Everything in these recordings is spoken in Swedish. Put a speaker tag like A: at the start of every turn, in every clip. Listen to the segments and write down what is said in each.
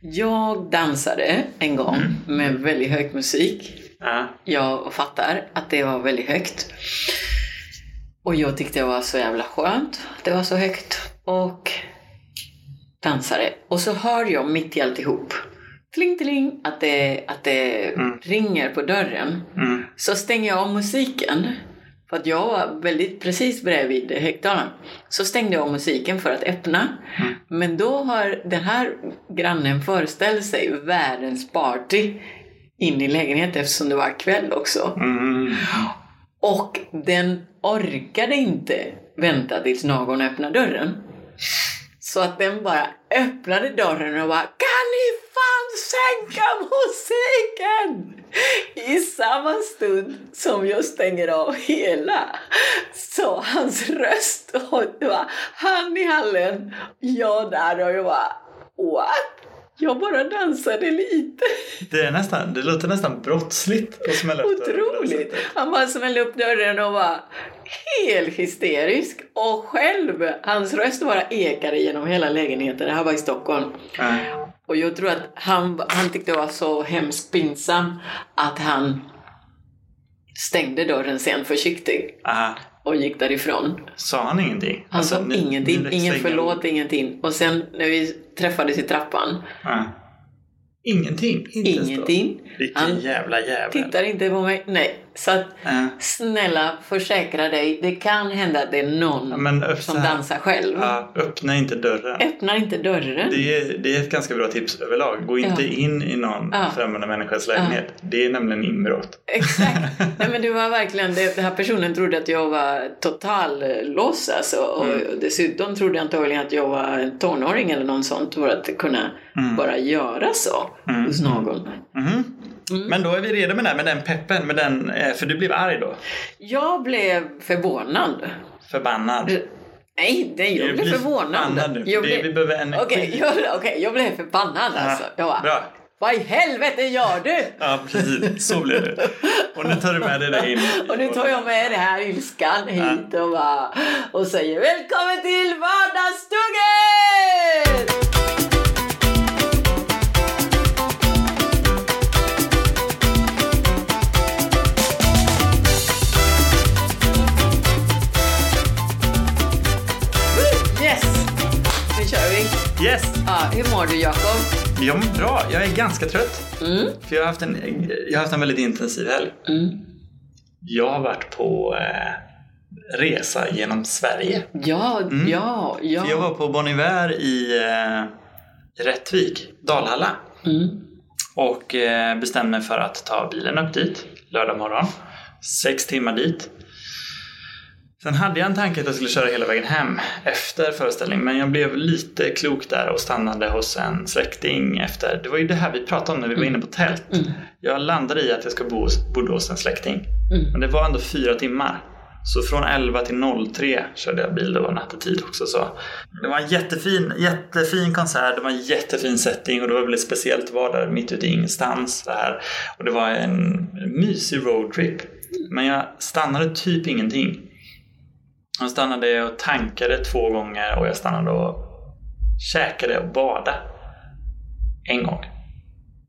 A: Jag dansade en gång med väldigt hög musik.
B: Ja.
A: Jag fattar att det var väldigt högt. Och jag tyckte det var så jävla skönt. Det var så högt. Och dansade. Och så hör jag mitt i alltihop. Tling, tling, att det, att det
B: Mm.
A: ringer på dörren.
B: Mm.
A: Så stänger jag av musiken. För att jag var väldigt precis bredvid högtalaren. Så stängde jag av musiken för att öppna.
B: Mm.
A: Men då har den här grannen föreställt sig världens party in i lägenheten eftersom det var kväll också.
B: Mm.
A: Och den orkade inte vänta tills någon öppnade dörren. Så att den bara öppnade dörren och bara Kan ni fan sänka musiken? I samma stund som jag stänger av hela. Så hans röst och det var han i hallen, jag där och jag bara What? Jag bara dansade lite.
B: Det, är nästan, det låter nästan brottsligt att smälla upp dörren på det
A: Otroligt!
B: sättet.
A: Han bara smällde upp dörren och var helt hysterisk. Och själv, hans röst bara ekade genom hela lägenheten. Det här var i Stockholm.
B: Ja.
A: Och jag tror att han, han tyckte det var så hemskt pinsam att han stängde dörren sen försiktigt
B: Aha.
A: och gick därifrån.
B: Sa han ingenting? Alltså,
A: Han sa
B: nu- nu
A: ingenting,
B: växer
A: ingen
B: ingen-
A: förlåt, ingenting. Och sen när vi träffades i trappan,
B: Ja. Ingenting? Inte ens då.
A: ingenting.
B: Vilken
A: Han
B: jävla jävel.
A: Tittar inte på mig, nej. Så att
B: Ja.
A: Snälla, försäkra dig. Det kan hända att det är
B: Ja,
A: någon
B: Men öppna,
A: som dansar själv.
B: Ja, öppna inte dörren.
A: Öppna inte dörren.
B: Det är, det är ett ganska bra tips överlag. Gå inte in i någon
A: Ja.
B: främmande människas lägenhet. Det är nämligen inbrott.
A: Exakt. Nej, men det var verkligen det. Den här personen trodde att jag var total eh, loss alltså. Och
B: Mm.
A: dessutom trodde jag antagligen att jag var en tonåring eller något sånt för att kunna
B: Mm.
A: bara göra så
B: Mm.
A: hos någon.
B: Mhm.
A: Mm.
B: Men då är vi redo med den, med den peppen. Med den, eh, för du blev arg då?
A: Jag blev förvånad.
B: Förbannad.
A: Nej, nej jag
B: Du
A: blev
B: blir
A: förbånad.
B: förbannad nu, för
A: Jag
B: det-
A: blev-
B: vi behöver energi.
A: Okej, jag, okej, jag blev förbannad alltså. Jag bara,
B: Bra.
A: Vad i helvete gör du?
B: Ja, precis. Så blir det. Och nu tar du med dig det in.
A: Och nu tar jag med den här ilskan hit och, bara, och säger välkommen till vardagsstugget! Woo! Yes! Nu kör vi.
B: Yes!
A: Ja, hur mår du Jakob?
B: Jag mår bra. Jag är ganska trött. För jag har haft en, jag har haft en väldigt intensiv helg. Jag har varit på eh, resa genom Sverige.
A: Ja, ja, ja.
B: För Jag var på Bon Iver i eh, Rättvik, Dalhalla.
A: Mm.
B: Och eh, bestämde mig för att ta bilen upp dit lördag morgon. Sex timmar dit. Sen hade jag en tanke att jag skulle köra hela vägen hem efter föreställningen. Men jag blev lite klok där och stannade hos en släkting efter. Det var ju det här vi pratade om när vi var inne på tält.
A: Mm.
B: Jag landade i att jag ska bo, bodde hos en släkting.
A: Mm.
B: Men det var ändå fyra timmar. Så från 11 till 03 körde jag bil. Det var nattetid också. Så. Det var en jättefin, jättefin konsert. Det var en jättefin setting och det var väldigt speciellt att vara där mitt ute i ingenstans. Det här. Och det var en mysig roadtrip. Men jag stannade typ ingenting. Jag stannade och tankade två gånger och jag stannade och käkade och badade. En gång.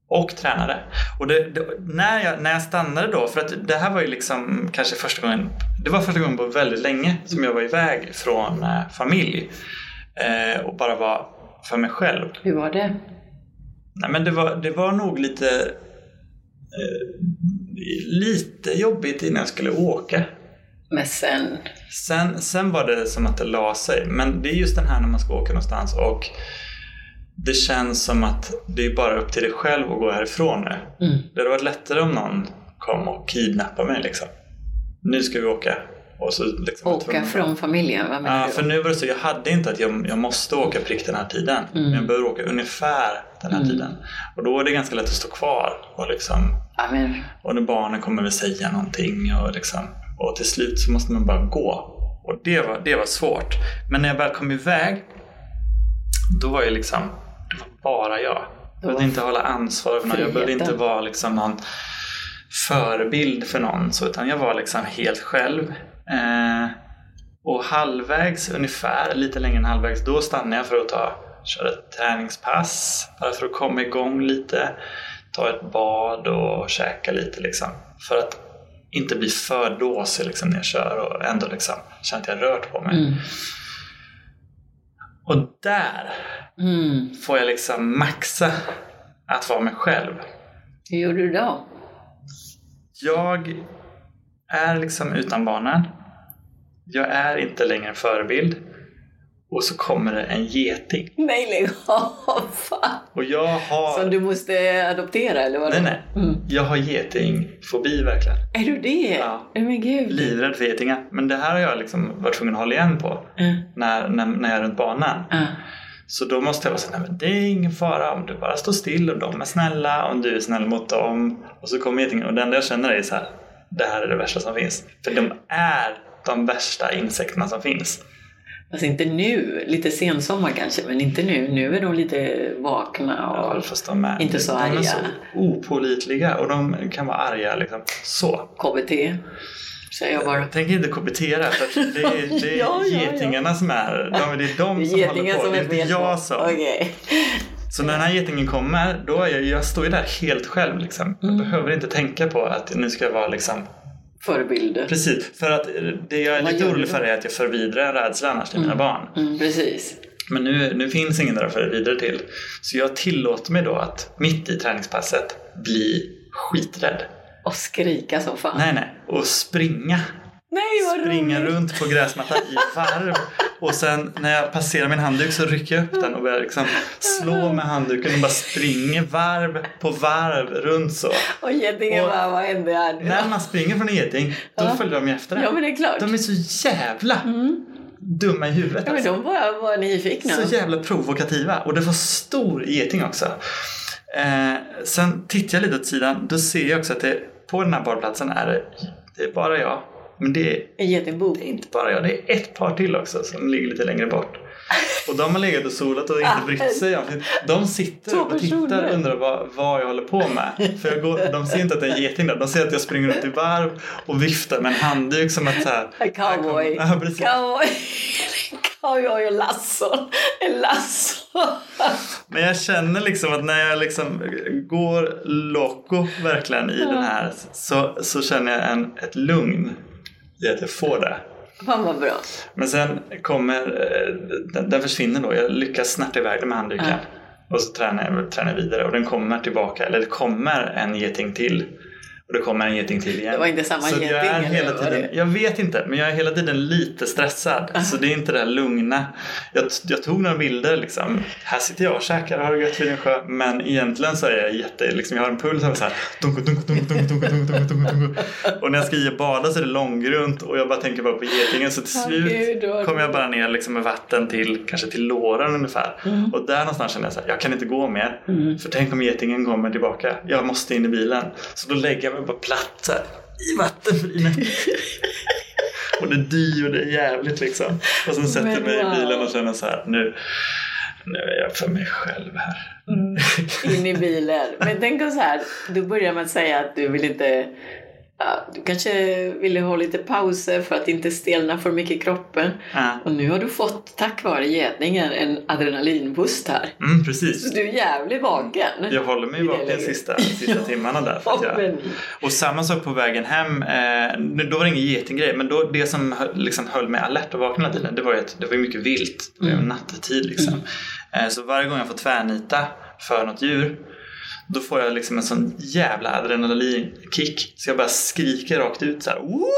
B: Och tränade. Och det, det, när, jag, när jag stannade då, för att det här var ju liksom kanske första gången, det var första gången på väldigt länge som jag var iväg från eh, familj. Eh, och bara var för mig själv.
A: Hur var det?
B: Nej, men det var, det var nog lite, eh, lite jobbigt innan jag skulle åka.
A: Men sen...
B: Sen, sen var det som att det la sig. Men det är just den här när man ska åka någonstans och det känns som att det är bara upp till dig själv att gå härifrån nu.
A: Mm.
B: Det hade varit lättare om någon kom och kidnappade mig liksom. Nu ska vi åka. Och så liksom var
A: Åka
B: tvungen att-
A: från familjen, vad menar
B: Ja,
A: du?
B: för nu var det så. Jag hade inte att jag, jag måste åka prick den här tiden.
A: Mm.
B: Men jag bör åka ungefär den här
A: Mm.
B: tiden. Och då är det ganska lätt att stå kvar och liksom
A: Ja, men,
B: och när barnen kommer väl säga någonting och, liksom, och till slut så måste man bara gå. Och det var, det var svårt. Men när jag väl kom iväg, då var jag liksom, det var bara jag. Jag behövde inte hålla ansvar för någon. Jag behövde
A: Friheten.
B: inte vara liksom någon förebild för någon. Så, utan jag var liksom helt själv. Eh, och halvvägs ungefär, lite längre än halvvägs, då stannade jag för att ta köra ett träningspass bara för att komma igång lite. Ta ett bad och käka lite liksom. För att inte bli för dåsig liksom, när jag kör och ändå liksom, känna att jag rört på mig.
A: Mm.
B: Och där
A: Mm.
B: får jag liksom maxa att vara mig själv.
A: Hur gjorde du då?
B: Jag är liksom utan banan. Jag är inte längre en förebild. Och så kommer det en geting.
A: Nej, lägg av! Fan.
B: Och jag har...
A: Som du måste adoptera, eller vad?
B: Nej,
A: det-
B: nej.
A: Mm.
B: Jag har getingfobi verkligen.
A: Är du det?
B: Ja.
A: Nej, Men gud.
B: Livrädd för getingar. Men det här har jag liksom varit tvungen att hålla igen på
A: Ja.
B: när, när, när jag är runt banan.
A: Mm. Ja.
B: Så då måste jag vara så här, nej men det är ingen fara om du bara står still och de är snälla, om du är snäll mot dem. Och så kommer getingen och det enda jag känner är så här, det här är det värsta som finns. För de är de värsta insekterna som finns.
A: Fast inte nu. Lite sensommar kanske, men inte nu. Nu är de lite vakna
B: Ja,
A: och
B: fast de är,
A: Inte så
B: de är
A: arga.
B: så opålitliga och de kan vara arga liksom så.
A: KBT. Säger jag bara.
B: Tänk inte KBT-era för att det är, det är
A: Ja, ja, ja.
B: getingarna som är, de, det är de som håller
A: Getingen
B: på,
A: som
B: det
A: är
B: är inte
A: fel på.
B: jag som.
A: Okej.
B: Så när den här getingen kommer, då är jag, jag står ju där helt själv liksom. Jag
A: Mm.
B: behöver inte tänka på att nu ska jag vara liksom
A: Förebilder.
B: Precis, för att eh, det jag är
A: Vad
B: lite
A: gör
B: orolig
A: du?
B: för är att jag förvidrar en rädsla annars till mina
A: Mm.
B: barn.
A: Mm, precis.
B: Men nu, nu finns ingen där att förvidra till. Så jag tillåter mig då att mitt i träningspasset bli skiträdd.
A: Och skrika som fan.
B: Nej, nej. Och springa.
A: Nej, vad
B: Springa
A: roligt.
B: runt på gräsmattan i varv. Och sen när jag passerar min handduk så rycker jag upp den och börjar liksom slå med handduken och bara springer varv på varv runt så.
A: Och getingen
B: Och-
A: bara, vad hände här nu?
B: När man springer från en geting, då
A: Ja.
B: följer de ju efter
A: Ja,
B: en.
A: men det är klart.
B: De är så jävla
A: Mm.
B: dumma i huvudet.
A: Ja, men
B: alltså.
A: de bara var nyfikna.
B: Så jävla provokativa. Och det var stor geting också. Eh, sen tittar jag lite åt sidan. Då ser jag också att det, på den här badplatsen är det, det är bara jag. Men det är
A: En getingbo.
B: inte bara jag. Det är ett par till också som ligger lite längre bort. Och de har legat och solat och inte brytt sig. om sitt- De sitter
A: Ah. Två
B: och tittar
A: personer.
B: och undrar vad, vad jag håller på med. För jag går, de ser inte att det är en geting där. De ser att jag springer runt i varv och viftar med en handduk som att så här,
A: Cowboy.
B: Ja, precis.
A: Cowboy. Cowboy och Lasson. En Lasson.
B: Men jag känner liksom att när jag liksom går loco verkligen i den här så, så känner jag en, ett lugn i att jag får det.
A: Fan vad bra.
B: Men sen kommer, eh, den, den försvinner då. Jag lyckas snärta iväg den med handduken.
A: Ja.
B: Och så tränar jag, tränar jag vidare och den kommer tillbaka. Eller det kommer en geting till. Och det kommer en geting till igen.
A: Det var inte samma
B: så
A: geting,
B: jag är
A: eller
B: hela
A: vad var
B: tiden,
A: det?
B: jag vet inte, men jag är hela tiden lite stressad. Så det är inte det här lugna. Jag, t- jag tog några bilder liksom. Här sitter jag och käkar och har det gött vid en sjö. Men egentligen så är jag jätte, liksom, jag har en puls av så här. Dunko, dunko, dunko, dunko, dunko, dunko, dunko, dunko. Och när jag ska i och bada så är det långgrunt och jag bara tänker bara på getingen. Så till
A: Ja,
B: slut
A: gud, vad
B: kom jag bara ner liksom med vatten till kanske till låren ungefär.
A: Mm.
B: Och där någonstans kände jag så här, jag kan inte gå mer. För tänk om getingen kommer tillbaka. Jag måste in i bilen. Så då lägger jag mig bara platt så här, i vattenbrynet. och det dyr och det är jävligt liksom. Och sen sätter jag mig
A: wow.
B: i bilen och känner så här, nu, nu är jag för mig själv här.
A: In i bilen. Men tänk om så här. Du börjar med att säga att du vill inte... Ja, du kanske ville ha lite pauser för att inte stelna för mycket i kroppen.
B: Ja.
A: Och nu har du fått, tack vare getingen, en adrenalinboost här.
B: Mm, precis.
A: Så du är jävligt vaken.
B: Jag håller mig
A: I det
B: vaken
A: läget.
B: sista, sista timmarna där. För att
A: Och,
B: jag,
A: men,
B: och samma sak på vägen hem. Eh, nu- då var det ingen getingrej, men då, det som hö- liksom höll mig alert och vaken hela tiden, det var ju att det var ju mycket vilt. Det var ju
A: Mm.
B: nattetid liksom. Eh, så varje gång jag får tvärnita för något djur, då får jag liksom en sån jävla adrenalinkick. Så jag bara skriker rakt ut så här. "Woo!"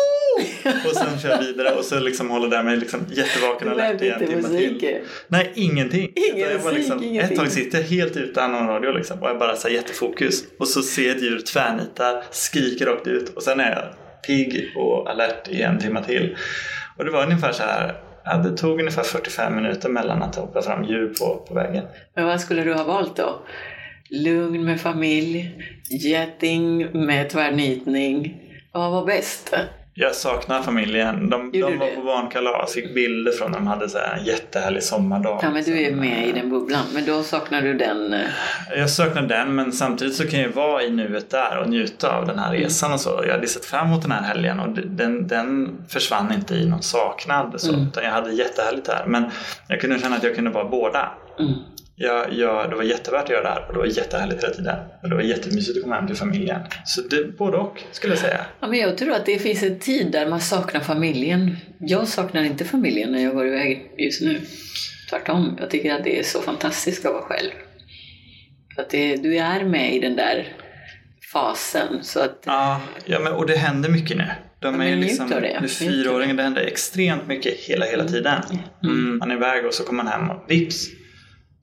B: Och sen kör jag vidare och så liksom håller där mig liksom jättevaken och
A: du
B: alert
A: lärde
B: i en
A: inte
B: timme till.
A: musiken.
B: Nej, ingenting.
A: Ingen
B: Utan jag var
A: musik,
B: liksom, Ett
A: ingenting.
B: tag sitter jag helt utan någon radio liksom, och jag bara så här, jättefokus. Och så ser jag ett djur tvärnitar, skriker rakt ut och sen är jag pigg och alert i en timme till. Och det var ungefär så här, ja, det tog ungefär 45 minuter mellan att hoppa fram djur på, på vägen.
A: Men vad skulle du ha valt då? Lugn med familj, geting med tvärnitning. Vad var bäst?
B: Jag saknar familjen. De,
A: Gjorde
B: de
A: du
B: var
A: det?
B: på barnkalas, fick bilder från när de hade så här en jättehärlig sommardag.
A: Ja, men du är
B: liksom.
A: med i den bubblan, men då saknar du den. eh,
B: Jag saknar den men samtidigt så kan jag vara i nuet där och njuta av den här resan och så. Jag hade sett fram emot den här helgen och den, den försvann inte i någon saknad. Så,
A: Mm.
B: utan jag hade jättehärligt där men jag kunde känna att jag kunde vara båda.
A: Mm.
B: jag, jag, det var jättevärt att göra det här och det var jättehärligt hela tiden. Och det var jättemysigt att komma hem till familjen. Så det, både och skulle jag säga.
A: Ja, men jag tror att det finns en tid där man saknar familjen. Jag saknar inte familjen när jag går iväg just nu. Tvärtom, jag tycker att det är så fantastiskt att vara själv. För att det, du är med i den där fasen. Så att,
B: Ja, ja men, och det händer mycket nu. De
A: men
B: är ju
A: njut
B: liksom,
A: av det.
B: nu fyraåringar, det händer extremt mycket hela, hela tiden.
A: Mm.
B: Mm. Man är iväg och så kommer man hem och vips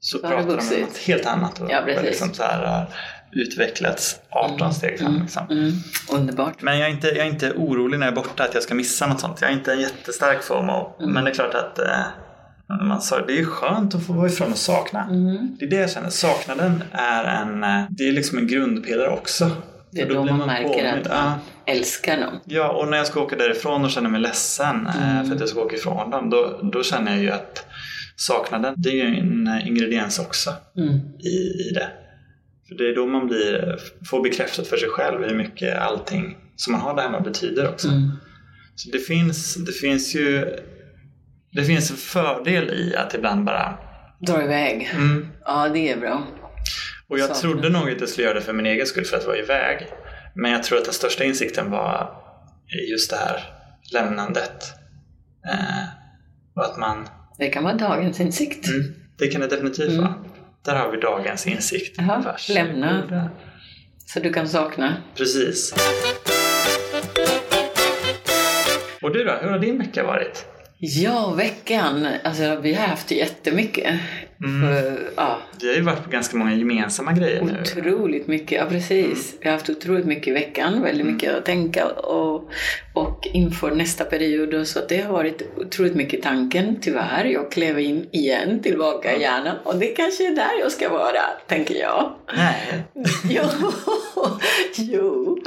B: så
A: Då har det
B: pratar de om
A: vuxit.
B: något helt annat och
A: Ja,
B: och
A: precis.
B: liksom så här, har utvecklats 18 steg fram. Liksom.
A: mm, underbart.
B: Men jag är, inte, jag är inte orolig när jag är borta att jag ska missa något sånt. Jag är inte en jättestark FOMO.
A: Mm.
B: Men det är klart att eh, man sa, det är skönt att få vara ifrån och sakna.
A: Mm.
B: Det är det jag känner. Saknaden är en, eh, det är liksom en grundpelare också.
A: Det är
B: För
A: då
B: blir
A: man, märker att
B: påmind. Ja.
A: man älskar dem.
B: Ja, och när jag ska åka därifrån och känner mig ledsen eh, för att jag ska åka ifrån dem, då, då känner jag ju att saknaden, det är ju en eh, ingrediens också
A: Mm.
B: i, i det. För det är då man blir, får bekräftat för sig själv hur mycket allting som man har där hemma betyder också.
A: Mm.
B: Så det finns, det finns ju det finns en fördel i att ibland bara
A: Dra iväg.
B: mm,
A: Ja, det är bra.
B: Och jag
A: Saknar.
B: trodde nog att jag skulle göra det för min egen skull för att vara iväg. Men jag tror att den största insikten var just det här lämnandet. Eh, och att man,
A: Det kan vara dagens insikt.
B: mm, det kan det definitivt
A: Mm.
B: vara. Där har vi dagens insikt.
A: Jaha,
B: Varsågoda.
A: lämna. Så du kan sakna.
B: Precis. Och du då, hur har din vecka varit?
A: Ja, veckan. Alltså, vi har haft jättemycket. För, ja,
B: Vi har ju varit på ganska många gemensamma grejer Mm. nu. Mm.
A: otroligt mycket. Ja, precis. Jag har haft otroligt mycket i veckan. Väldigt mycket att tänka och, och inför nästa period. och Så det har varit otroligt mycket i tanken, tyvärr. Jag klev in igen, tillbaka i hjärnan. Och det kanske är där jag ska vara, tänker jag.
B: Nej.
A: Jo, jo.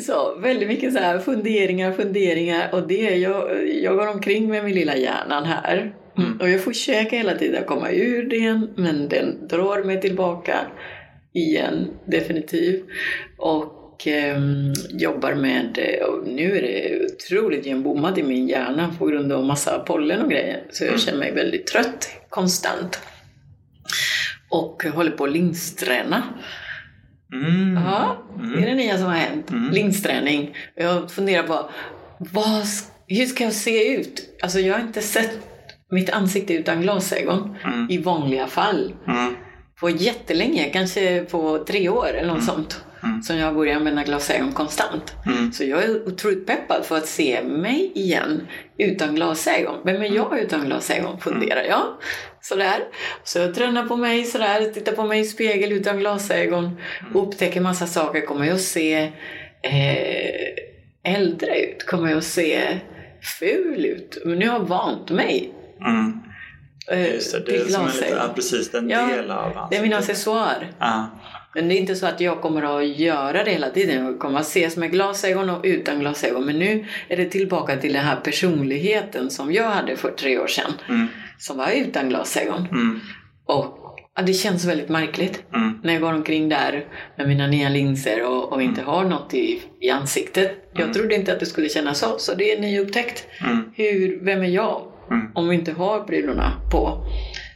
A: Så, väldigt mycket så här funderingar, funderingar och det, jag, jag går omkring med min lilla hjärnan här.
B: Mm.
A: Och jag försöker hela tiden komma ur den, men den drar mig tillbaka igen, definitivt. Och ehm, jobbar med, eh, och nu är det otroligt igenbommat i min hjärna på grund av massa pollen och grejer. Så jag
B: Mm.
A: känner mig väldigt trött konstant. Och håller på att linsträna.
B: Mm.
A: Ja, det är
B: Mm.
A: det nya som har hänt.
B: Mm.
A: Linsträning. Jag funderar på, vad, s- hur ska jag se ut? Alltså jag har inte sett mitt ansikte utan glasögon
B: Mm.
A: i vanliga fall.
B: Mm.
A: På jättelänge, kanske på tre år eller något sånt.
B: Mm.
A: Som jag börjar använda glasögon konstant.
B: Mm.
A: Så jag är otroligt peppad för att se mig igen utan glasögon. Vem är jag utan glasögon? Funderar
B: Mm.
A: jag. Sådär. Så jag tränar på mig sådär, tittar på mig i spegel utan glasögon.
B: Mm.
A: Upptäcker massa saker. Kommer jag se eh, äldre ut? Kommer jag se ful ut? Men nu har jag vant mig.
B: Mm.
A: Eh,
B: Just det, det
A: till
B: är som en liten, ja,
A: glasögon.
B: precis, en
A: Ja,
B: del av hans.
A: Det är min accessoar.
B: Ja.
A: Men det är inte så att jag kommer att göra det hela tiden. Jag kommer att ses med glasögon och utan glasögon. Men nu är det tillbaka till den här personligheten som jag hade för tre år sedan.
B: Mm,
A: Som var utan glasögon.
B: mm,
A: Och ja, det känns väldigt märkligt.
B: mm,
A: När jag går omkring där med mina nya linser och, och inte har något i, i ansiktet. Jag trodde inte att det skulle kännas så. Så det är en ny upptäckt.
B: mm,
A: Hur, vem är jag
B: mm,
A: om vi inte har brillorna på?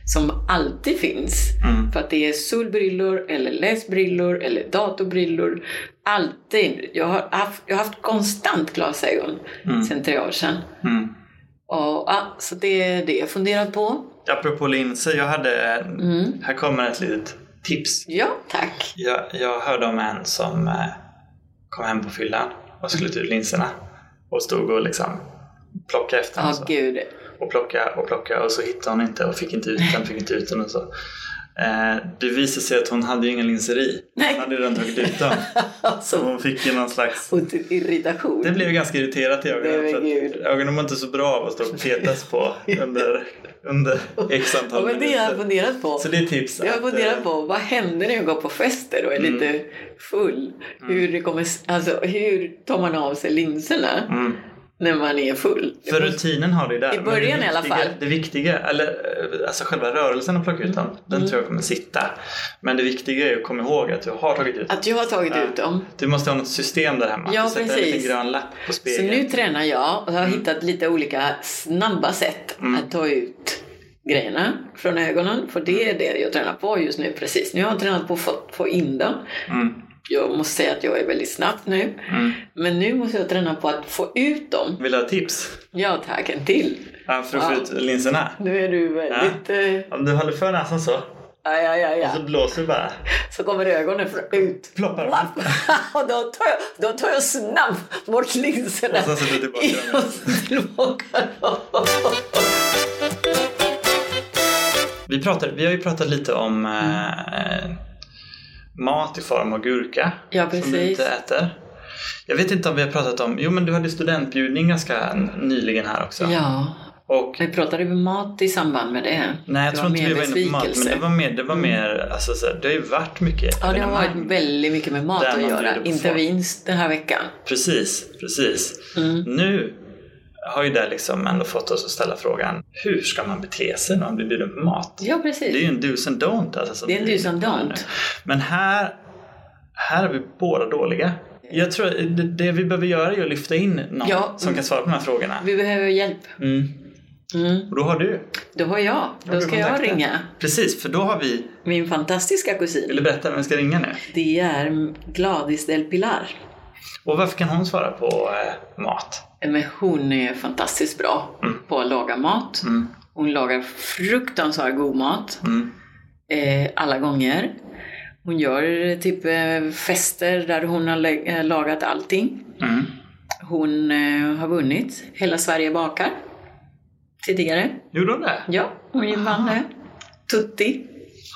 A: Som alltid finns.
B: mm,
A: För att det är solbrillor, eller läsbrillor, eller datorbrillor. Alltid. Jag har haft, jag har haft konstant glasögon
B: Mm.
A: sedan tre år sedan.
B: mm.
A: Och, ah, så det är det jag funderat på.
B: Apropå linser, jag hade,
A: Mm.
B: här kommer ett litet tips.
A: Ja, tack.
B: Jag, jag hörde om en som eh, kom hem på fyllan och skulle ta ut linserna och stod och liksom plockade efter
A: Ja,
B: och så.
A: gud.
B: och plocka och plocka och så hittade hon inte och fick inte ut den, fick inte ut den och så. Eh, det visade sig att hon hade ju inga linser i.
A: Nej.
B: Hon hade redan tagit ut dem. Så
A: Alltså,
B: hon fick ju någon slags
A: och till irritation.
B: Det blev ganska irriterat i ögonen.
A: Nej,
B: För
A: men
B: att
A: gud.
B: ögonen var inte så bra av att stå och petas på under, under x
A: ja,
B: antal
A: men det har jag
B: minuter.
A: funderat på.
B: Så det är tips.
A: Jag har
B: att, eh,
A: funderat på vad händer när jag går på fester och är
B: Mm.
A: lite full. Hur, det kommer, alltså, hur tar man av sig linserna
B: Mm.
A: när man är full?
B: För rutinen har du där.
A: I
B: men
A: början
B: det
A: i alla
B: viktiga-
A: fall.
B: Det viktiga, eller eh, alltså själva rörelsen att plocka ut dem, den
A: Mm.
B: tror jag kommer sitta. Men det viktiga är att komma ihåg att du har tagit ut
A: Att jag har tagit
B: Ja.
A: ut dem.
B: Du måste ha något system där hemma.
A: Ja,
B: du sätter en
A: precis.
B: liten grön lapp
A: Så
B: på spegeln. Mm.
A: nu tränar jag och har hittat lite olika snabba sätt att ta ut grejerna från ögonen. För det är det jag tränar på just nu precis. Nu har jag tränat på att få- få in dem.
B: Mm.
A: Jag måste säga att jag är väldigt snabb nu.
B: Mm.
A: Men nu måste jag träna på att få ut dem.
B: Vill du ha tips?
A: Ja tack, en till.
B: Ja, för att få
A: Ja.
B: ut linserna?
A: Nu är du väldigt... eh,
B: Om du håller för näsan så,
A: Ja, ja, ja, ja.
B: så blåser du bara.
A: Så kommer ögonen fr- ut.
B: Ploppar.
A: Och då tar jag, då tar jag snabbt bort linserna.
B: Och sen sätter du tillbaka dem.
A: tillbaka dem.
B: Vi, pratar, vi har ju pratat lite om eh, mat i form av gurka.
A: Ja,
B: Som du
A: precis.
B: inte äter. Jag vet inte om vi har pratat om, jo men du hade studentbjudning ganska n- nyligen här också.
A: Ja,
B: Och
A: vi pratade ju om mat i samband med det.
B: Nej, jag
A: Det
B: tror
A: var
B: inte vi
A: mer
B: var inne på mat, men
A: besvikelse. Mm.
B: det var mer, det var mer alltså, så här, det har ju varit mycket
A: Ja, det har
B: evenemang.
A: varit väldigt mycket med mat
B: Där
A: att
B: man bjuder
A: göra.
B: på
A: Inte
B: folk.
A: minst den här veckan.
B: Precis, precis.
A: Mm.
B: Nu har ju det liksom ändå fått oss att ställa frågan, hur ska man bete sig när man blir bjuden på mat?
A: Ja,
B: Det är
A: precis.
B: ju en do's and don't. Alltså, som
A: Det är en
B: vi-
A: do's and don't.
B: Men här, här är vi båda dåliga. Jag tror att det, det vi behöver göra är att lyfta in någon
A: Ja,
B: som
A: mm.
B: kan svara på de här frågorna.
A: Vi behöver hjälp.
B: Mm.
A: Mm.
B: Och då har du.
A: Då har jag.
B: du
A: Då ska jag
B: kontakten.
A: ringa
B: Precis, för då har vi...
A: min fantastiska
B: Vill du
A: kusin.
B: berätta vem vi ska ringa nu?
A: Det är Gladys del Pilar.
B: Och varför kan hon svara på eh, mat?
A: Men hon är fantastiskt bra på att laga mat.
B: Mm.
A: Hon lagar fruktansvärt god mat.
B: Mm.
A: eh, alla gånger. Hon gör eh, typ eh, fester där hon har lä- eh, lagat allting.
B: Mm.
A: Hon eh, har vunnit Hela Sverige bakar tidigare.
B: Gjorde hon det?
A: Ja, hon vann
B: Aha.
A: det. Tutti.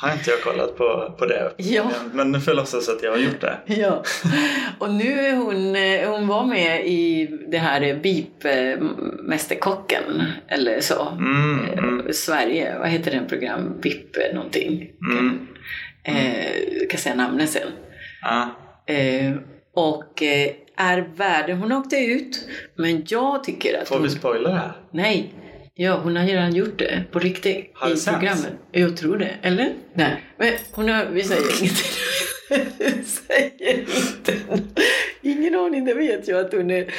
B: Har inte jag kollat på, på det?
A: Ja.
B: Men nu får jag låtsas att jag har gjort det.
A: Ja. Och nu är hon, eh, hon var med i det här eh, BIP eh, Mästerkocken eller så.
B: Mm, mm,
A: Eh, Sverige, vad heter den program? BIP eh, någonting.
B: mm.
A: Eh, kan säga namnet sen.
B: Ja.
A: Eh, och eh, är världen... Hon åkte ut, men jag tycker att
B: Får
A: hon...
B: vi spoila det här?
A: Nej. Ja, hon har redan gjort det på riktigt
B: Har det
A: i
B: sänts?
A: programmet. Jag tror det. Eller? Nej. Men hon har... Vi säger ingenting. Vi säger inte. Ingen aning. Det vet jag att hon är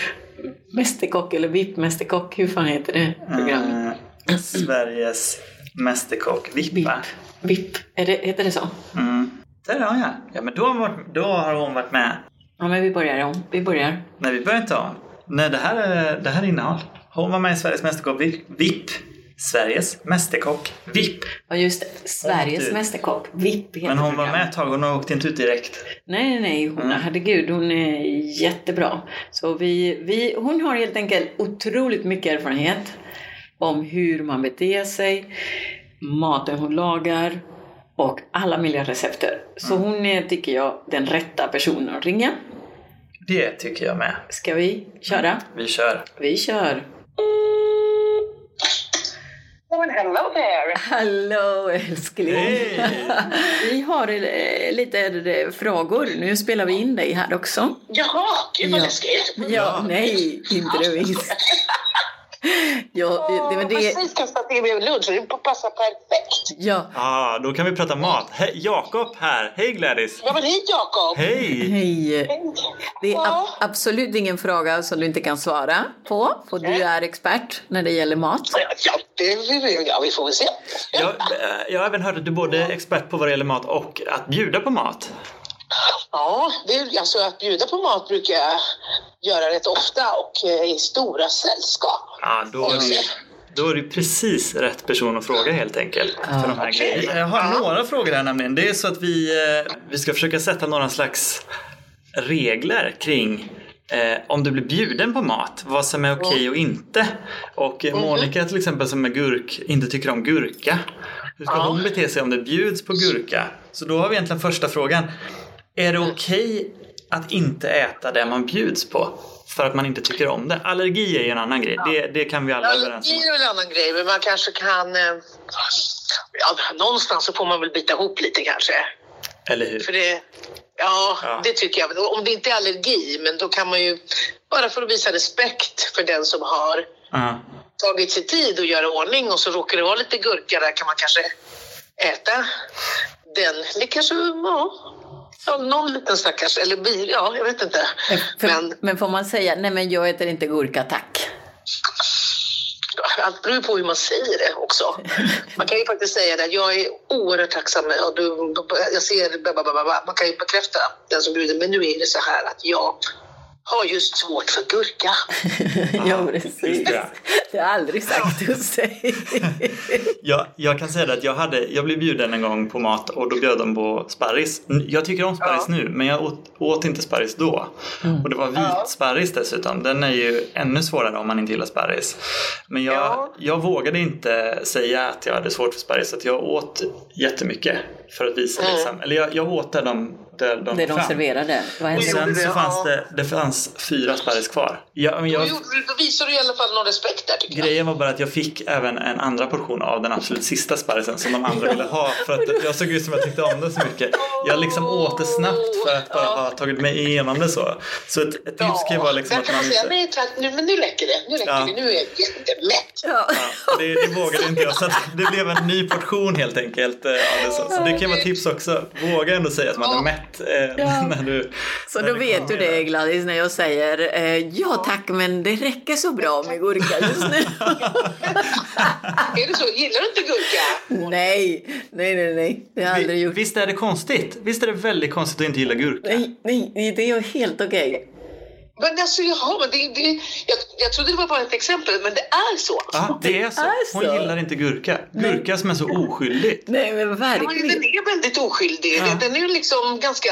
A: mästerkock eller VIP-mästerkock. Hur fan heter det
B: Mm.
A: programmet?
B: Eh, Sveriges Mästerkock
A: VIP.
B: Vippa.
A: VIP. Är det, heter det så?
B: Mm. Där har jag. Ja, men då har, hon varit, då har hon varit med.
A: Ja, men vi börjar om. Vi börjar.
B: Nej, vi börjar inte om. Nej, det här är, det här är innehåll. Hon var med i Sveriges Mästerkock Vi- VIP. Sveriges Mästerkock VIP.
A: Ja, just det. Sveriges
B: Åh, du.
A: mästerkock. VIP heter
B: typ. Men hon var
A: programmet.
B: med ett tag. Hon åkte inte ut direkt.
A: Nej, nej, nej. Hon,
B: Mm.
A: Herregud, hon är jättebra. Så vi, vi, hon har helt enkelt otroligt mycket erfarenhet om hur man beter sig, maten hon lagar och alla möjliga recepter. Så hon är, tycker jag, den rätta personen att ringa.
B: Det tycker jag med.
A: Ska vi köra?
B: Vi kör.
A: Vi kör!
C: Well, hello there.
A: Hallå älskling!
B: Hej!
A: Vi har eh, lite eh, frågor. Nu spelar vi in dig här också.
C: Jaha, gud vad
A: Ja.
C: läskigt.
A: Ja,
B: Ja.
A: nej, inte det minsta. Ja, det, det, men
C: Jag
A: det,
C: har precis kastat in mig lunch så det passar perfekt.
A: ja.
B: Ah, då kan vi prata mat. Hej, Jakob här. Hej Gladys!
C: Ja men hej Jakob.
B: Hej!
A: Hej.
C: Hej.
A: Det är ab-
C: Ja.
A: absolut ingen fråga som du inte kan svara på, för du är expert när det gäller mat.
C: Ja, ja, det, ja, vi får väl se.
B: Jag, eh, jag har även hört att du både är expert på vad det gäller mat och att bjuda på mat.
C: Ja, det, är- alltså att bjuda på mat brukar jag göra rätt ofta och eh, i stora sällskap.
B: Ja, då, är du, då är du precis rätt person att fråga helt enkelt. För de här
C: Okej.
B: grejerna. Jag har några frågor här nämligen. Det är så att vi, eh, vi ska försöka sätta några slags regler kring eh, om du blir bjuden på mat, vad som är okej och inte. Och
C: Mhm.
B: eh, Monica till exempel som är gurk, inte tycker om gurka. Hur ska
C: Ja.
B: hon bete sig om det bjuds på gurka? Så då har vi egentligen första frågan. Är det okej att inte äta det man bjuds på? För att man inte tycker om det. Allergi är ju en annan grej. Det, det kan vi alla vara
C: Ja,
B: överens
C: det
B: om.
C: är väl en annan grej, men man kanske kan... Eh, ja, någonstans så får man väl bita ihop lite kanske.
B: Eller hur?
C: För det, ja,
B: Ja.
C: det tycker jag. Om det inte är allergi, men då kan man ju, bara för att visa respekt för den som har
B: Ja.
C: tagit sig tid att göra ordning och så råkar det vara lite gurka där kan man kanske äta den. Eller kanske, ja, ja någon liten stackars, eller bil, ja, jag vet inte.
A: För,
C: Men
A: men får man säga, nej men jag äter inte gurka tack.
C: allt beror ju på hur man säger det också. Man kan ju faktiskt säga det att jag är oerhört tacksam och du, jag ser bla, bla, bla, bla. Man kan ju bekräfta den som bjuder men nu är det så här att jag har just svårt för gurka.
A: ja, precis.
B: just det.
A: Det har jag aldrig sagt hos dig.
B: Jag, jag kan säga det att jag, hade, jag blev bjuden en gång på mat och då bjöd de på sparris. N- Jag tycker om sparris nu men jag åt, åt inte sparris då. Och det var vit
C: Mm. Ja.
B: sparris dessutom. Den är ju ännu svårare om man inte gillar sparris. Men jag,
C: Ja.
B: jag vågade inte säga att jag hade svårt för sparris så att jag åt jättemycket. För att visa
C: Mm.
B: liksom. Eller jag, jag åt det de, det de
A: Det
B: tog
A: de
B: fram.
A: serverade. Vad
B: Och
A: hände då?
B: sen
C: gjorde
B: så
C: det,
B: fanns
C: ja.
B: det, det fanns fyra sparris kvar. Jag, men
C: Då,
B: jag,
C: gjorde, du- då visar du i alla fall någon respekt där tycker jag.
B: Grejen var bara att jag fick även en andra portion av den absolut sista sparrisen som de andra ville ha för att jag såg ut som jag tyckte om den så mycket. Jag liksom åt det snabbt för att bara ha tagit mig igenom det så. Så ett, ett tips kan ju vara liksom
C: där
B: att
C: kan man
B: man
C: säga
B: inte...
C: nej tack, nu, men nu räcker det. Nu räcker
B: Ja.
C: det, nu är jag jättemätt.
A: Ja.
B: Ja, det, det vågade inte jag så att det blev en ny portion helt enkelt. eh, av det så. så det kan ju vara tips också. Våga ändå säga att man är mätt eh,
A: Ja.
B: när du...
A: Så
B: när
A: då
B: du
A: vet du
B: kommer.
A: det Gladys när jag säger eh, ja tack men det räcker så bra med gurka just nu.
C: Är det så? Gillar du inte gurka?
A: nej, nej, nej, nej, det har jag aldrig
B: Vi-
A: gjort.
B: Visst är det konstigt? Visst är det väldigt konstigt att inte gilla gurka?
A: Nej, nej, nej, det är helt okej.
C: Men alltså jaha, men det, det, jag, jag trodde det var bara ett exempel, men det är så.
B: Ja, det är så.
A: är så.
B: Hon gillar inte gurka. Gurka som är så oskyldigt.
A: Nej men
C: Ja, men
A: verkligen.
C: Den är väldigt oskyldig. Den- Den är ju liksom ganska...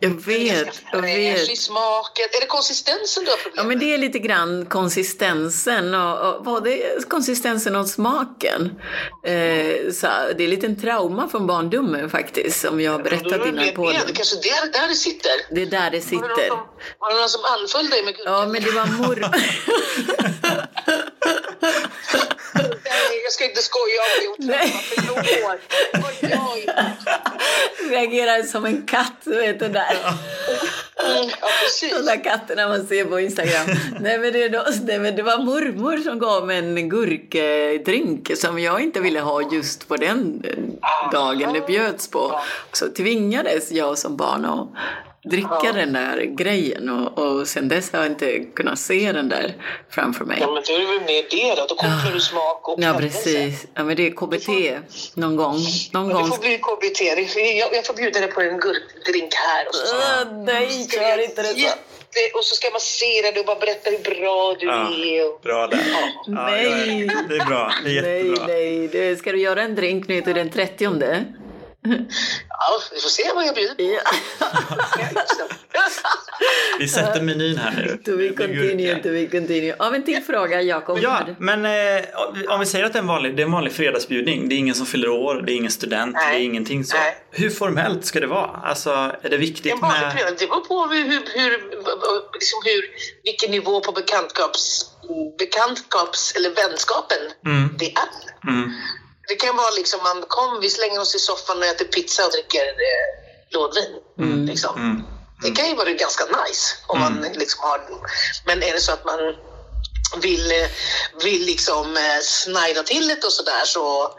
A: Jag vet, jag vet.
C: fräsch i smaken. Är det konsistensen du har problem
A: Ja men det är lite grann konsistensen och, och både konsistensen och smaken. Eh, så det är lite en trauma från barndomen faktiskt som jag har berättat
C: med?
A: innan på
C: Det
A: den.
C: kanske är där, där det sitter.
A: Det är där det
C: Var det, någon
A: sitter.
C: som, var det någon som anföll dig med gurka?
A: Ja men det var mormor.
C: Nej, jag ska inte skoja om det. Hon
A: Nej.
C: träffade förlåt. Oj, oj.
A: reagerar som en katt, du vet den där.
C: Mm, Ja, precis.
A: De där katterna man ser på Instagram. nej, men det, är då- nej men det var mormor som gav mig en gurkdrink som jag inte ville ha just på den eh, dagen det bjöds på. Så tvingades jag som barn att dricka den där grejen och, och sen dess har jag inte kunnat se den där framför mig.
C: Ja, men då är det väl mer det då. Då kopplar du smak och
A: Ja
C: kallelse.
A: precis, ja, men det är KBT någon gång. Någon
C: Det
A: gång.
C: får bli KBT. Det- Jag, jag får bjuda dig på en gurkdrink här. Och så
A: Öh, nej,
C: ska
A: gör
C: vi-
A: inte det så.
C: jätte- Och så ska man se dig och bara berätta hur bra du
B: Ja,
C: är. och-
B: bra där. Ja,
A: Nej.
B: jag är- Det är bra. Det är
A: Nej,
B: jättebra.
A: nej, det- ska du göra en drink nu till den 30?
C: Ja, vi får se vad jag bjuder på.
A: Ja.
B: Vi sätter menyn här nu.
A: To be
B: Det blir gurka.
A: continue, to be continue. Av en till fråga, Jakob.
B: Ja, men eh, om vi säger att det är, en vanlig, det är en vanlig fredagsbjudning. Det är ingen som fyller år, det är ingen student,
C: Nej.
B: det är ingenting så.
C: Nej.
B: Hur formellt ska det vara? Alltså, är det viktigt
C: En vanlig
B: med...
C: prövning. Det beror på hur, hur, hur, liksom hur, vilken nivå på bekantskaps, bekantskaps eller vänskapen
B: Mm,
C: det är.
B: mm.
C: Det kan vara liksom, man kom, vi slänger oss i soffan och äter pizza och dricker eh, lådvin. liksom.
B: Mm.
C: Det kan ju vara ganska nice om
B: Mm.
C: man liksom har Men är det så att man vill, eh, vill liksom eh, snajda till det och sådär så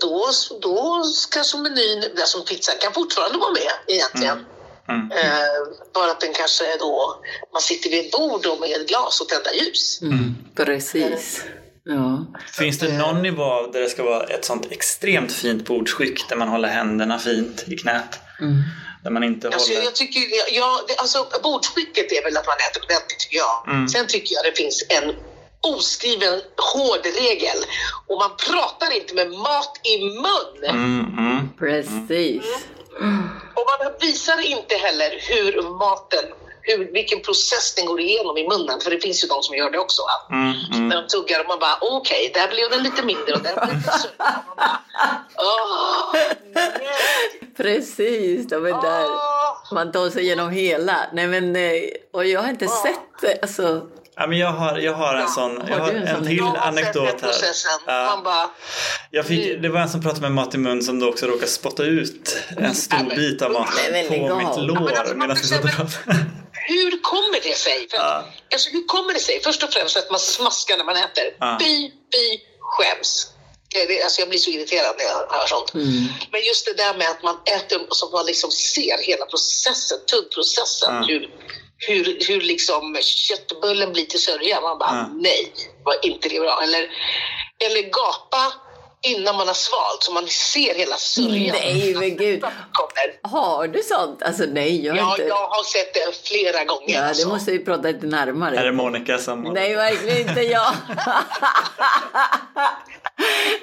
C: då, då kanske menyn, alltså pizzan kan fortfarande vara med egentligen.
B: Mm.
C: Eh, bara att den kanske då, man sitter vid ett bord och med ett glas och tända ljus.
A: Mm, precis. Ja.
B: Finns
A: Eh.
B: det någon nivå av där det ska vara ett sånt extremt fint bordsskick där man håller händerna fint i knät?
A: Mm.
B: Där man inte
C: Alltså,
B: håller...
C: jag tycker, jag, jag, det, alltså, bordsskicket är väl att man äter ordentligt tycker jag.
B: Mm.
C: Sen tycker jag det finns en oskriven hård regel och man pratar inte med mat i mun.
B: Mm, mm.
A: Precis.
C: Och man visar inte heller hur maten, hur, vilken process den går igenom i munnen. För det finns ju de som gör det också. va?
B: Mm, mm.
C: När de tuggar och man bara okej, där blev den lite mindre och där blev den lite större. Man bara, Åh, nej,
A: Precis, de är där.
C: åh.
A: Man tar sig igenom hela. Nej, men, eh, och jag har inte sett det. Alltså,
B: Ja, men jag, har, jag har en sån, jag
A: har
B: har
A: du en
B: en
A: sån?
B: till
C: Då har man sett
B: anekdot
C: den
B: här.
C: processen.
B: Ja.
C: Man bara,
B: Jag fick, det var en som pratade med mat i mun som då också råkade spotta ut en
C: Nej,
B: stor
C: men-
B: bit av
A: Nej,
B: maten
A: men lägg
B: på
A: av.
B: mitt
C: Ja, men alltså,
B: lår
C: man
B: medan vi satt och pratade.
C: hur kommer det sig? För,
B: Ja.
C: alltså, hur kommer det sig? Först och främst att man smaskar när man äter.
B: Ja.
C: Fy, fy, skäms. Det, det, alltså, jag blir så irriterad när jag hör sånt.
A: mm.
C: Men just det där med att man äter och så man liksom ser hela processen, tuggprocessen.
B: Ja.
C: Hur, hur, hur liksom köttbullen blir till sörja. Man bara
B: Ja.
C: nej, var inte det bra. Eller eller gapa innan man har svalt så man ser hela sörjan.
A: Nej, men gud.
C: Kommer.
A: Har du sånt? Alltså nej, jag har
C: Ja,
A: inte.
C: jag har sett det flera gånger.
A: Ja, det
C: alltså.
A: måste vi prata lite närmare.
B: Är det Monica som...
A: Nej, verkligen inte jag.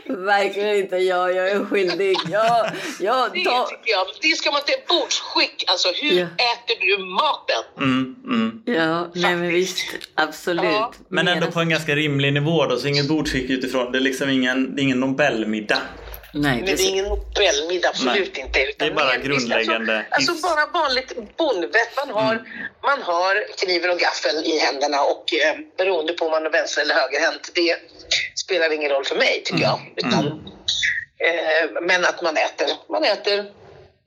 A: verkligen inte jag. Jag är skyldig. Jag, jag
C: det
A: ta...
C: tycker jag. Det ska man till bordsskick. Alltså, hur
A: Ja.
C: äter du maten?
B: Mm, mm.
A: Ja, nej men visst. Absolut.
C: Ja.
B: Men ändå
A: Medan-
B: på en ganska rimlig nivå då, så inget bordsskick utifrån. Det är liksom ingen, det är ingen Nobelmiddag.
A: Nej,
C: Men det
A: precis.
C: är ingen Nobelmiddag, absolut
B: Nej.
C: inte. Utan
B: Det är bara
C: mer-
B: grundläggande Mm.
C: Alltså,
B: hyfs.
C: alltså bara vanligt bondvett. Man har, man har kniven och gaffeln i händerna och eh, beroende på om man är vänster eller högerhänt, det spelar ingen roll för mig tycker
B: Mm.
C: jag. Utan, eh, men att man äter, man äter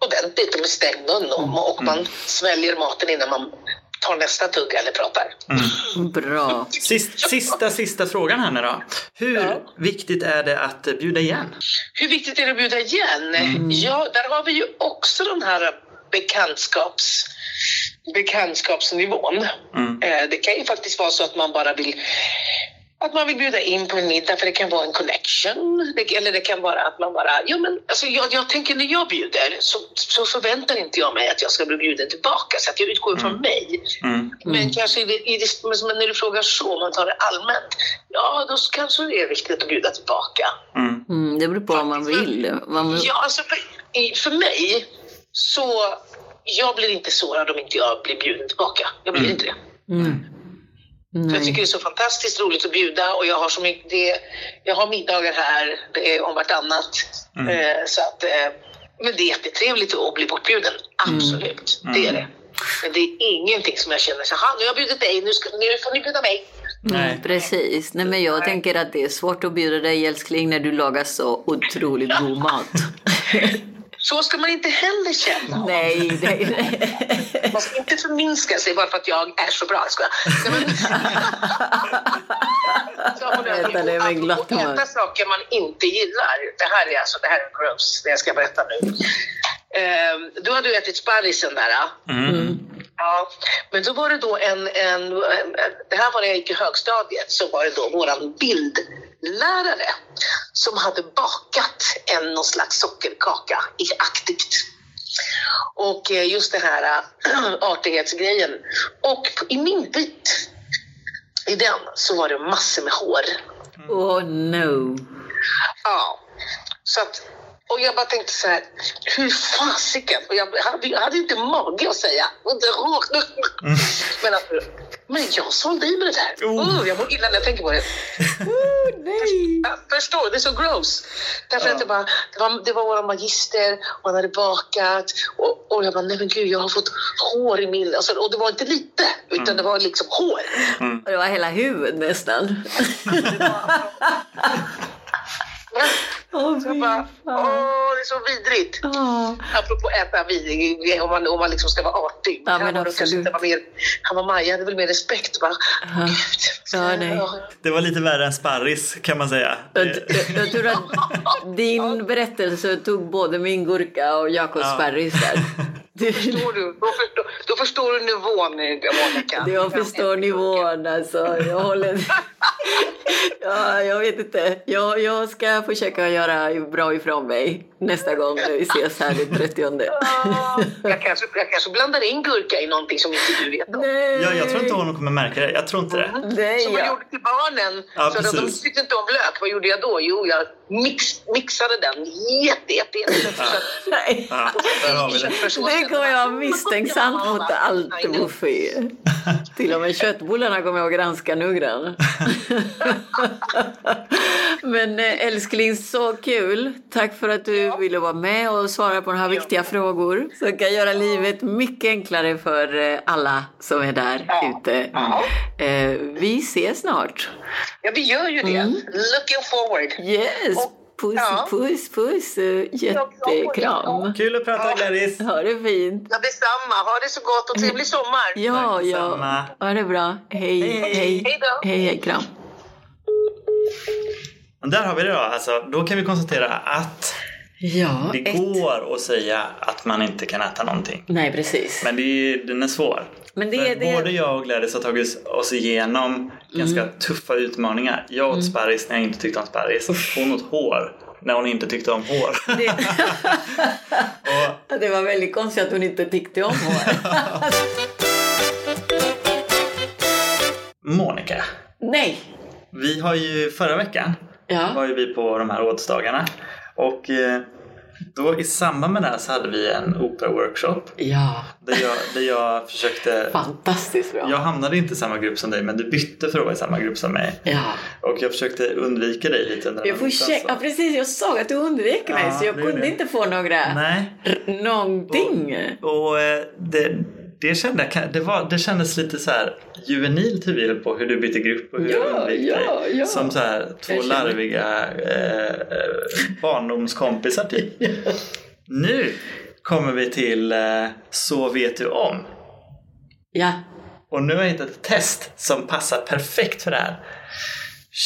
C: ordentligt och med stängd mun och, och
B: Mm.
C: man sväljer maten innan man tar nästa tugga eller pratar.
A: Bra.
B: Sist, sista, sista frågan här nu då. Hur
C: Ja.
B: viktigt är det att bjuda igen?
C: Hur viktigt är det att bjuda igen?
B: Mm.
C: Ja, där har vi ju också den här bekantskaps, bekantskapsnivån.
B: Mm.
C: Eh, Det kan ju faktiskt vara så att man bara vill att man vill bjuda in på en middag för det kan vara en connection. Det, eller det kan vara att man bara, ja men alltså jag, jag tänker när jag bjuder så, så förväntar inte jag mig att jag ska bli bjuden tillbaka så att jag utgår från mig.
B: Mm.
C: Men kanske i det, i det, men som när du frågar så, om man tar det allmänt, ja då kanske det är viktigt att bjuda tillbaka.
B: Mm.
A: Mm, det beror på vad man vill. Vad man...
C: Ja, alltså för, i- för mig så... Jag blir inte sårad om inte jag blir bjuden tillbaka. Jag blir
B: Mm.
C: inte det.
A: Mm.
C: För Jag tycker
A: Nej.
C: det är så fantastiskt roligt att bjuda och jag har så mycket... Det, jag har middagar här, det är om vartannat.
B: Mm.
C: Eh, så att, eh, men det är jättetrevligt att bli bortbjuden. Absolut, det är
B: Mm.
C: det. Men det är ingenting som jag känner så här, nu har jag bjudit dig, nu, ska, nu får ni bjuda mig.
B: Nej.
A: Mm, precis. Nej, men jag tänker att det är svårt att bjuda dig älskling när du lagar så otroligt god mat.
C: Så ska man inte heller känna.
A: nej, nej, nej.
C: Man ska inte förminska sig bara för att jag är så bra. Ska jag? Nej, men... så håller jag
A: Berätta det med
C: Apropå
A: glatt humör.
C: Äta saker man inte gillar. Det här är alltså, det här är gross, det jag ska berätta nu. Ehm, du hade ju ätit sparrisen där. ja.
B: Mm.
C: Ja, men då var det då en, en, en, det här var när jag gick i högstadiet, så var det då våran bildlärare som hade bakat en någon slags sockerkaka i aktigt. Och eh, just det här äh, artighetsgrejen. Och på- i min bit, i den, så var det massor med hår.
A: Oh no.
C: Ja. Så att, och jag bara tänkte så här, hur fasiken? Och jag hade, jag hade inte mage att säga, inte råk.
B: Mm.
C: Men, att, men jag sålde i mig det där.
B: Oh.
C: Oh, jag mår illa när jag tänker på det. Jag förstår, det är så gross. Därför
B: Ja.
C: att det, bara, det, var, det var våra magister och han hade bakat och, och jag bara, nej men gud, jag har fått hår i min... Alltså, och det var inte lite, utan
B: Mm.
C: det var liksom hår.
A: Och Det var hela huvudet nästan. Åh,
C: Jag
A: fy
C: bara,
A: fan.
C: åh, det är så vidrigt.
A: Ja.
C: Apropå äta vin, om man, om man liksom ska vara artig.
A: Ja,
C: Han
A: men
C: var nog kanske
A: absolut.
C: inte var mer, han var Maja hade väl mer respekt. Bara,
A: Ja.
C: Åh gud.
A: Ja, nej.
B: Det var lite värre än sparris kan man säga.
A: Jag,
B: Det-
A: jag, jag tror att din berättelse tog både min gurka och Jakobs
B: Ja.
A: sparris där. Du,
C: Förstår du? Då, förstår, då förstår du nivån, eh, Monica.
A: du, jag förstår nivån alltså. Jag håller... Ja, jag vet inte. Jag, jag ska försöka göra bra ifrån mig nästa gång när vi ses här den 30.
C: Ja, Jag kanske, jag kanske blandar in gurka i någonting som inte du vet om.
A: Nej!
B: Ja, jag tror inte hon kommer märka det. Jag tror inte det.
A: Nej,
C: Som man
A: ja.
C: gjorde till barnen.
B: Ja,
C: så att de
B: precis.
C: tyckte inte om lök. Vad gjorde jag då? Jo, jag mix, mixade den jätte, jätte, jätte. Så att-
A: Nej.
B: Ja, där har vi det.
A: Det kommer jag vara misstänksamt mot allt buffé. Till och med köttbullarna kommer jag att granska noggrant. Men eh, älskling, så kul! Tack för att du ville vara med och svara på de här viktiga frågor som kan göra livet mycket enklare för eh, alla som är där ute.
C: Ja.
A: Eh, Vi ses snart!
C: Ja, vi gör ju det.
A: Mm.
C: Looking forward.
A: Yes! Puss,
C: Ja.
A: puss, puss! Eh, Jättekram!
B: Kul att prata Gladys.
A: Ha det fint!
C: Ja, detsamma. Ha det så gott och trevlig sommar.
A: Mm. Ja,
B: Tack
A: ja.
B: detsamma.
A: Ha det bra. Hej,
B: Hej.
A: hej.
C: Hej då.
A: Hej, hej, kram.
B: Men Där har vi det då. Alltså, då kan vi konstatera att
A: Ja,
B: Det
A: ett.
B: går att säga att man inte kan äta någonting.
A: Nej, precis. Men,
B: Men det är, den är svår.
A: det,
B: För Både
A: det,
B: jag och Gladys har tagit oss igenom ganska
A: Mm.
B: tuffa utmaningar. Jag åt sparris när jag inte tyckte om sparris. Hon åt hår när hon inte tyckte om hår. och
A: det var väldigt konstigt att hon inte tyckte om hår.
B: Monica,
A: Nej!
B: vi har ju förra veckan
A: Ja.
B: var ju vi på de här rådsdagarna och eh, då i samband med det här så hade vi en opera-workshop
A: Ja.
B: där jag, där jag försökte
A: Fantastiskt bra.
B: jag hamnade inte i samma grupp som dig men du bytte för att vara i samma grupp som mig.
A: ja.
B: Och jag försökte undvika dig lite under den
A: Jag får
B: här veckan,
A: checka. Ja,
B: så-
A: precis. Jag såg att du undvek mig
B: Ja,
A: så jag
B: det gjorde
A: kunde
B: jag.
A: inte få några...
B: Nej,
A: R- någonting.
B: och eh, det, det, kände, jag- det, var, det kändes lite så här juvenilt hur vi höll på, hur du bytte grupp och hur jag
A: Ja,
B: undvek dig.
A: ja, ja.
B: Som så här, två
A: Jag känner-
B: larviga eh, eh, barndomskompisar typ. Nu kommer vi till eh, Så vet du om.
A: Ja.
B: Och nu har jag hittat ett test som passar perfekt för det här.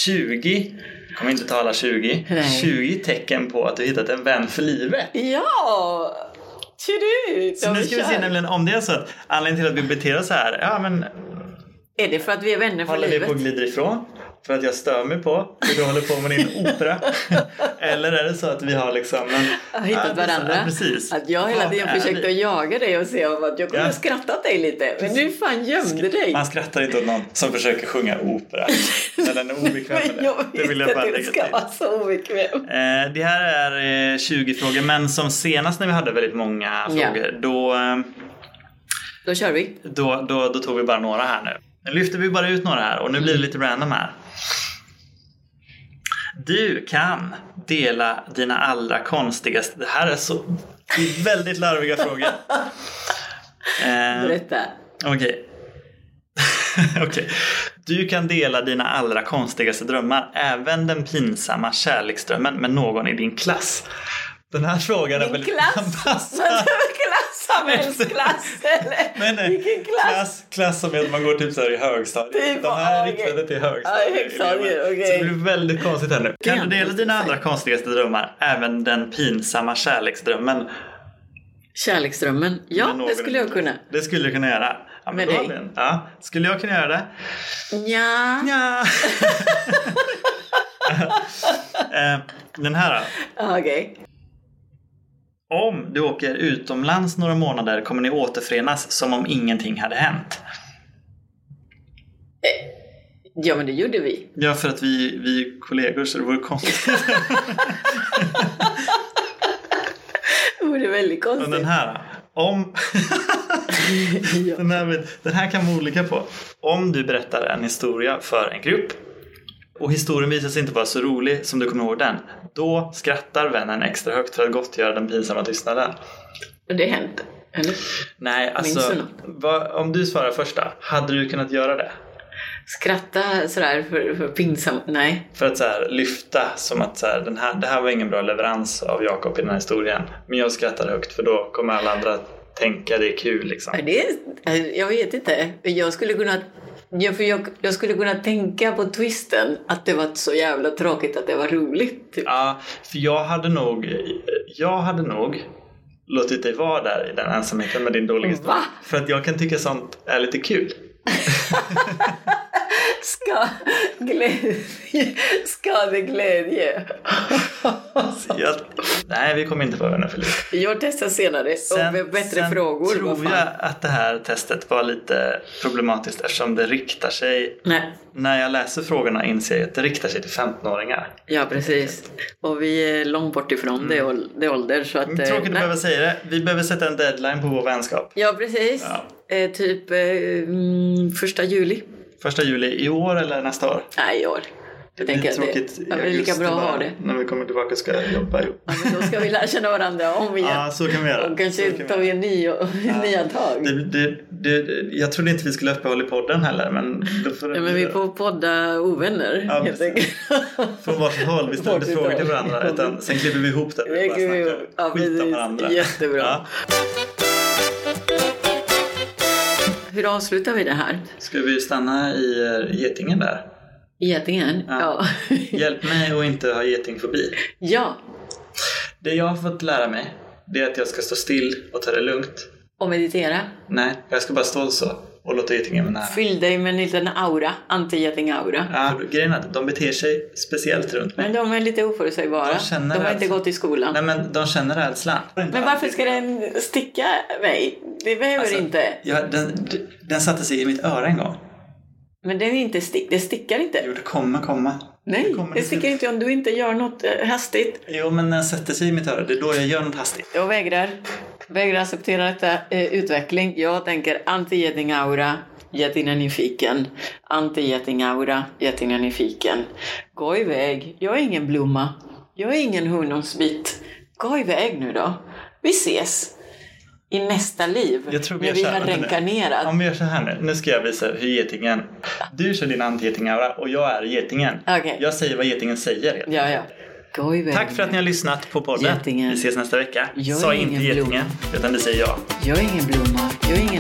B: 20, jag kommer inte ta alla 20,
A: Nej.
B: 20 tecken på att du hittat en vän för livet.
A: Ja! Tjurut!
B: Så nu ska vi se nämligen om det är så att anledningen till att vi beter oss så här, ja men
A: Är det för att vi är vänner för
B: Håller vi
A: livet?
B: på och glider ifrån för att jag stör mig på hur du håller på med din opera? Eller är det så att vi har liksom... en-
A: Har hittat
B: Ja, det är så-
A: varandra?
B: Ja, precis.
A: Att jag hela
B: Vart
A: tiden
B: är
A: försökte
B: vi?
A: att jaga dig och se om att jag kunde
B: Ja.
A: ha skrattat dig lite. Men du fan gömde dig.
B: Man skrattar inte åt någon som försöker sjunga opera. När den är obekväm med
A: Men
B: det.
A: jag
B: Det vill
A: visste
B: jag bara
A: att du
B: lägga
A: ska
B: till.
A: vara så obekväm.
B: Eh, Det här är eh, 20 frågor, men som senast när vi hade väldigt många
A: Ja.
B: frågor, då, eh,
A: Då kör vi.
B: då, då, då tog vi bara några här nu. Nu lyfter vi bara ut några här och nu blir det lite random här. Du kan dela dina allra konstigaste... Det här är så... Det är väldigt larviga frågor. Eh,
A: Berätta.
B: Okej. Okej. Du kan dela dina allra konstigaste drömmar, även den pinsamma kärleksdrömmen med någon i din klass. Den här frågan är
A: Din
B: väldigt
A: klass?
B: anpassad.
A: klass? Samhällsklass? Eller?
B: Nej, nej.
A: Vilken klass?
B: eh, klass? Klass som är att man går typ så här i högstadiet.
A: Typ,
B: De här är
A: ja, okej.
B: riktade till
A: Ja, i högstadiet,
B: högstadiet.
A: okej.
B: Så det blir väldigt konstigt här nu. Kan du dela
A: måste
B: dina
A: jag
B: allra konstigaste drömmar, även den pinsamma kärleksdrömmen?
A: Kärleksdrömmen?
B: med
A: Ja,
B: någon
A: det
B: i
A: skulle jag
B: din klass?
A: kunna.
B: Det skulle du kunna göra. Ja, men
A: Med
B: då har
A: dig.
B: vi en. Ja. Skulle jag kunna göra det?
A: Nja.
B: Ja. Eh, Den här då.
A: Ja, Okej.
B: Om du åker utomlands några månader kommer ni återförenas som om ingenting hade hänt.
A: Ja, men det gjorde vi.
B: Ja, för att vi, vi är kollegor så det vore konstigt.
A: Oh, Det vore väldigt
B: Men
A: konstigt.
B: den här då. Om...
A: ja.
B: Den här, vet- den här kan man olika på. Om du berättar en historia för en grupp och historien visar sig inte vara så rolig som du kommer ihåg den. Då skrattar vännen extra högt för att gottgöra den pinsamma tystnaden.
A: Men det hände. Eller?
B: Nej,
A: Minns
B: alltså.
A: du något?
B: Vad, om du svarar första, hade du kunnat göra det?
A: Skratta sådär för, för pinsamt. Nej.
B: För att så här, lyfta som att så här, den här, det här var ingen bra leverans av Jakob i den här historien. Men jag skrattar högt för då kommer alla andra att tänka det är kul liksom.
A: Ja, Det är, jag vet inte. Jag skulle kunna... Ja, för jag, jag skulle kunna tänka på twisten att det var så jävla tråkigt att det var roligt. Typ.
B: Ja, för jag hade nog, jag hade nog låtit dig vara där i den ensamheten med din dåliga historia.
A: Va?
B: För att jag kan tycka sånt är lite kul.
A: Ska, glädje, skadeglädje.
B: Så Jag, nej, vi kommer inte vara vänner för livet.
A: Jag testar senare och med bättre
B: sen
A: frågor. vad
B: tror
A: fan.
B: jag att det här testet var lite problematiskt eftersom det riktar sig
A: Nej.
B: När jag läser frågorna inser jag att det riktar sig till 15-åringar.
A: Ja, precis. Och vi är långt bort ifrån det, ål- det ålder. Så att, eh,
B: Mm. Tråkigt
A: nej.
B: att behöva säga det. Vi behöver sätta en deadline på vår vänskap.
A: Ja, precis. Eh, typ eh, mm, första juli.
B: Första juli i år eller nästa år.
A: Nej, i år. Jag tänker att det,
B: i
A: ja, det är lika
B: augusti
A: bra att
B: bara.
A: ha det.
B: När vi kommer tillbaka ska jag jobba ihop.
A: Ja, men då ska vi lära känna varandra om igen.
B: Ja, så kan vi göra.
A: och
B: Så
A: kanske
B: kan vi
A: tar
B: göra.
A: vi en ny, nya tag.
B: det, det, det, Jag trodde inte vi skulle ha uppehåll i podden heller men... Då får det
A: ja, men
B: bli
A: vi
B: det.
A: får podda ovänner
B: Ja,
A: helt
B: precis.
A: enkelt.
B: Från varsitt håll. Vi ställde
A: Varsitt
B: frågor till
A: håll.
B: varandra. Utan, sen klipper vi ihop det.
A: Det
B: Vi bara
A: kan vi-
B: snackar
A: ja,
B: skit om
A: precis.
B: varandra.
A: Jättebra.
B: Ja.
A: Hur avslutar vi det här?
B: Ska vi stanna i eh, getingen där?
A: Getingen?
B: Ja.
A: Ja.
B: Hjälp mig att inte ha getingfobi.
A: ja.
B: Det jag har fått lära mig, det är att jag ska stå still och ta det lugnt.
A: Och meditera.
B: Nej, jag ska bara stå så och låta getingen vara nära.
A: Fyll dig med en liten aura, anti-geting-aura.
B: Ja, grejen är att de beter sig speciellt runt mig.
A: Men de är lite oförutsägbara.
B: De
A: De
B: känner
A: har
B: det
A: inte
B: alltså.
A: gått i skolan.
B: Nej men de känner rädslan.
A: Men varför ska den sticka mig? Det behöver
B: Alltså-
A: inte.
B: Ja, den, den satte sig i mitt öra en gång.
A: Men den är inte stick, det stickar inte.
B: Jo, det kommer komma.
A: Nej,
B: kommer
A: det
B: det
A: sticker
B: till.
A: inte om du inte gör något eh, hastigt.
B: Jo, men när den sätter sig i mitt öra, det är då jag gör något hastigt.
A: Jag vägrar. Vägrar acceptera detta eh, utveckling. Jag tänker anti-geting-aura, getingen är nyfiken. Anti-geting-aura, getingen är nyfiken. Gå iväg, jag är ingen blomma. Jag är ingen honungsbit. Gå iväg nu då. Vi ses i nästa liv.
B: Jag tror vi
A: när
B: gör
A: vi
B: så här,
A: har
B: vänta nu.
A: reinkarnerat.
B: Om vi gör så här nu. Nu ska jag visa hur getingen... Du kör din anti-getingaura och jag är getingen.
A: Okej.
B: Jag säger vad getingen säger. helt
A: Ja, ja. Gå iväg
B: Tack för att ni har lyssnat på podden.
A: Getingen.
B: Vi ses nästa vecka.
A: Jag är
B: Sa
A: ingen
B: inte getingen, utan det säger jag.
A: Jag är ingen blomma, jag är ingen